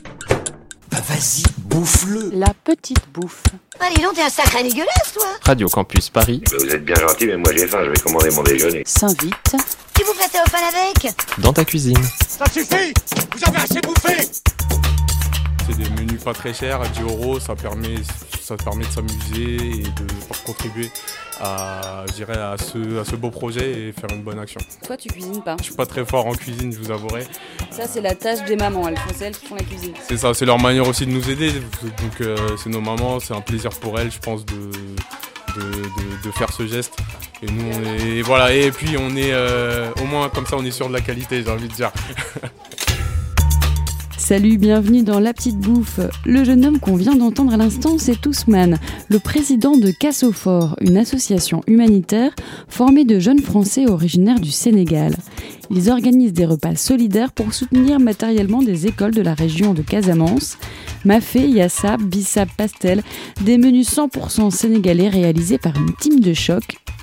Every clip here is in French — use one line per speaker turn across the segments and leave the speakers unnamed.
Bah, vas-y, bouffe-le
La petite bouffe.
Allez, donc, t'es un sacré dégueulasse, toi
Radio Campus Paris,
Ben, Vous êtes bien gentil, mais moi j'ai faim, je vais commander mon déjeuner.
S'invite.
Tu vous prêtais au fan avec
dans ta cuisine.
Ça suffit Vous avez assez bouffé
C'est des menus pas très chers, à 10 euros, ça permet, ça permet de s'amuser et de contribuer à, je dirais, à, ce, à ce beau projet et faire une bonne action.
Toi, tu cuisines pas.
Je suis pas très fort en cuisine, je vous avouerai.
Ça, c'est la tâche des mamans. Elles font celles qui font la cuisine.
C'est ça, c'est leur manière aussi de nous aider. Donc euh, c'est nos mamans, c'est un plaisir pour elles, je pense, de, de, de- de faire ce geste. Et nous, on est, et voilà, et puis on est, euh, au moins comme ça, on est sûr de la qualité, j'ai envie de dire.
Salut, bienvenue dans La Petite Bouffe. Le jeune homme qu'on vient d'entendre à l'instant, c'est Ousmane, le président de Cassofort, une association humanitaire formée de jeunes Français originaires du Sénégal. Ils organisent des repas solidaires pour soutenir matériellement des écoles de la région de Casamance. Mafé, Yassa, Bissap, Pastel, des menus 100% sénégalais réalisés par une team de choc,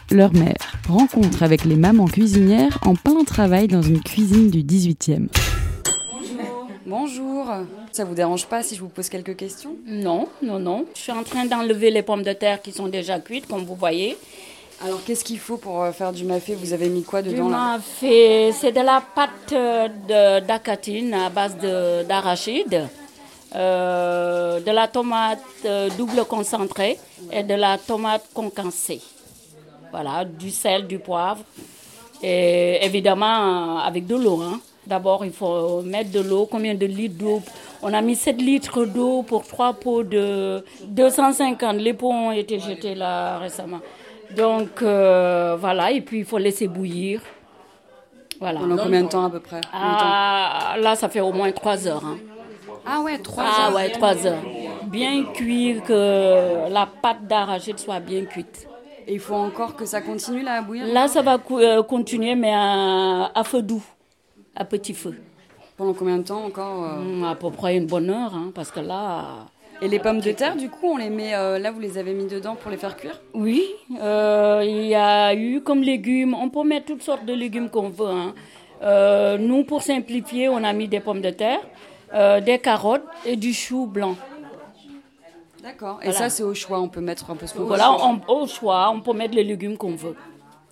leur mère. Rencontre avec les mamans cuisinières en plein travail dans une cuisine du 18e.
Bonjour. Ça vous dérange pas si je vous pose quelques questions
Non, non, non. Je suis en train d'enlever les pommes de terre qui sont déjà cuites, comme vous voyez.
Alors, qu'est-ce qu'il faut pour euh, faire du mafé Vous avez mis quoi
Du
dedans là
mafé, c'est de la pâte euh, de- d'acatine à base de- d'arachide, euh, de la tomate euh, double concentrée et de la tomate concassée. Voilà, du sel, du poivre et évidemment euh, avec de l'eau. hein. D'abord, il faut mettre de l'eau. Combien de litres d'eau On a mis 7 litres d'eau pour trois pots de 250. Les pots ont été jetés là récemment. Donc euh, voilà, et puis il faut laisser bouillir. Voilà.
Pendant combien de temps à peu près Combien de temps
Ah, là, ça fait au moins 3 heures. hein.
Ah ouais, trois
Ah
heures.
ouais, 3 heures. Bien cuire, que la pâte d'arachide soit bien cuite.
Et il faut encore que ça continue là à bouillir
Là, ça va cou- euh, continuer, mais à, à feu doux, à petit feu.
Pendant combien de temps encore euh
Hum, À peu près une bonne heure, hein, parce que là,
Et les pommes de terre, du coup, on les met euh, là, vous les avez mis dedans pour les faire cuire
oui, euh, il y a eu comme légumes, on peut mettre toutes sortes de légumes qu'on veut. hein. Euh, nous, pour simplifier, on a mis des pommes de terre, euh, des carottes et du chou blanc.
D'accord. Et
Voilà.
ça, c'est au choix, on peut mettre un peu ce qu'on
Voilà,
veut.
on- au choix, on peut mettre les légumes qu'on veut.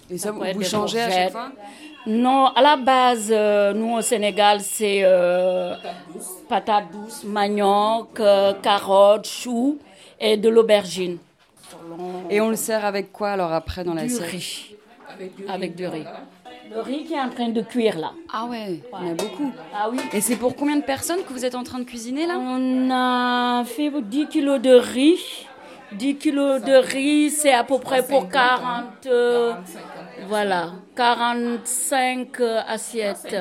Et ça, vous,
Ouais,
vous
des
changez à chaque fois
courgettes. Non, à la base, euh, nous au Sénégal, c'est euh, patates douces, manioc, euh, carottes, choux et de l'aubergine.
Et on le sert avec quoi alors après dans la
Du
série
riz. Avec du riz. Le riz qui est en train de cuire là.
Ah ouais, il y en a beaucoup.
Ah oui.
Et c'est pour combien de personnes que vous êtes en train de cuisiner là
On a fait 10 kilos de riz. 10 kilos de riz, c'est à peu près pour 40. euh, voilà, 45 euh, assiettes.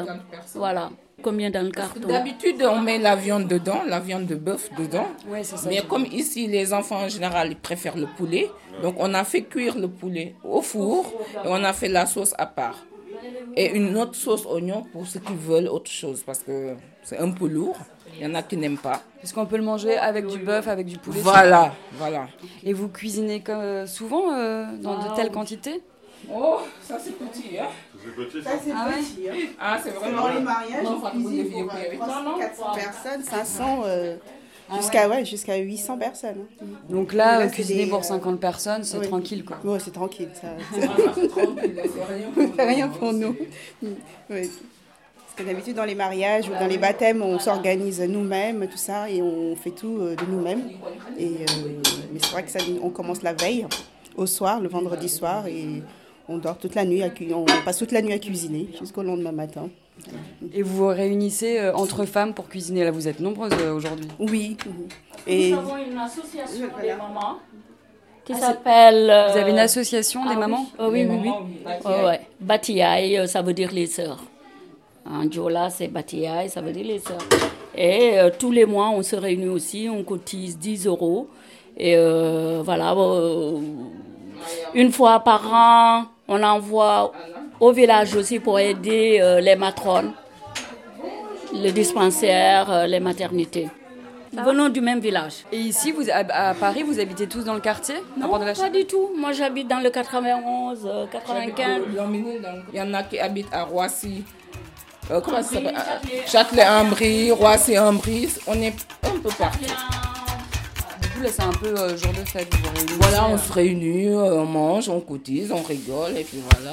Voilà. Combien dans le carton
D'habitude, on met la viande dedans, la viande de bœuf dedans.
Ouais, c'est ça.
Mais comme ici, les enfants en général, ils préfèrent le poulet. Donc, on a fait cuire le poulet au four et on a fait la sauce à part. Et une autre sauce oignon pour ceux qui veulent autre chose parce que c'est un peu lourd. Il y en a qui n'aiment pas.
Parce qu'on peut le manger avec du bœuf, avec du poulet.
Voilà, voilà.
Et vous cuisinez comme, euh, souvent euh, dans de telles quantités
Oh, ça c'est petit, hein
Ah ouais
hein.
Ah, c'est vraiment. Dans les mariages,
euh,
Ah
Jusqu'à ouais, jusqu'à 800 personnes. hein.
Donc
Là,
là, euh,
c'est
cuisiner
des,
pour
euh,
50 personnes, c'est
oui.
tranquille quoi.
Ouais, c'est tranquille, ça.
c'est rien pour
C'est rien pour nous. Oui. Parce que d'habitude, dans les mariages ou dans les baptêmes, on s'organise nous-mêmes, tout ça, et on fait tout euh, de nous-mêmes. Et, euh, mais c'est vrai que ça, on commence la veille, au soir, le vendredi soir, et on dort toute la nuit, à cu- on passe toute la nuit à cuisiner jusqu'au lendemain matin.
Et vous vous réunissez euh, entre femmes pour cuisiner. Là, vous êtes nombreuses euh, aujourd'hui.
Oui. Et
Nous avons une association des
Voilà.
mamans qui s'appelle. euh,
Ah, Vous avez une association
ah
des
oui.
mamans
Ah oui, oui, oui. Ouais, ouais. Batiaï, euh, ça veut dire les sœurs. En Diola, c'est Batiaï, ça veut dire les sœurs. Et euh, tous les mois, on se réunit aussi, on cotise 10 euros. Et euh, voilà, euh, une fois par an, on envoie au village aussi pour aider euh, les matrones, les dispensaires, euh, les maternités.
Ah.
Venons du même village.
Et ici, vous, à, à Paris, vous habitez tous dans le quartier à
Non,
Port de la
pas
Chapelle
du tout. Moi, j'habite dans le 91, euh, 95.
Il y en a qui habitent à Roissy. Euh, comment ça s'appelle Châtelet-Ambry, Roissy-Ambry. Ah, On est un peu peu partout.
Ah, Du coup, là, c'est un peu euh, jour de fête. Vous vous réunissez,
Voilà, on
euh,
se réunit, euh, on mange, on cotise, on rigole, et puis voilà.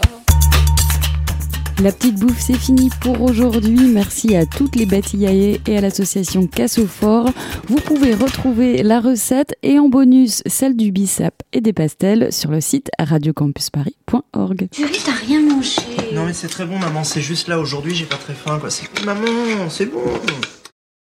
La petite bouffe, c'est fini pour aujourd'hui. Merci à toutes les Batillaillées et à l'association Cassofort. Vous pouvez retrouver la recette et en bonus celle du bissap et des pastels sur le site radiocampusparis.org.
Thierry, t'as rien mangé.
Non mais c'est très bon maman, c'est juste là aujourd'hui j'ai pas très faim quoi. C'est maman, c'est bon.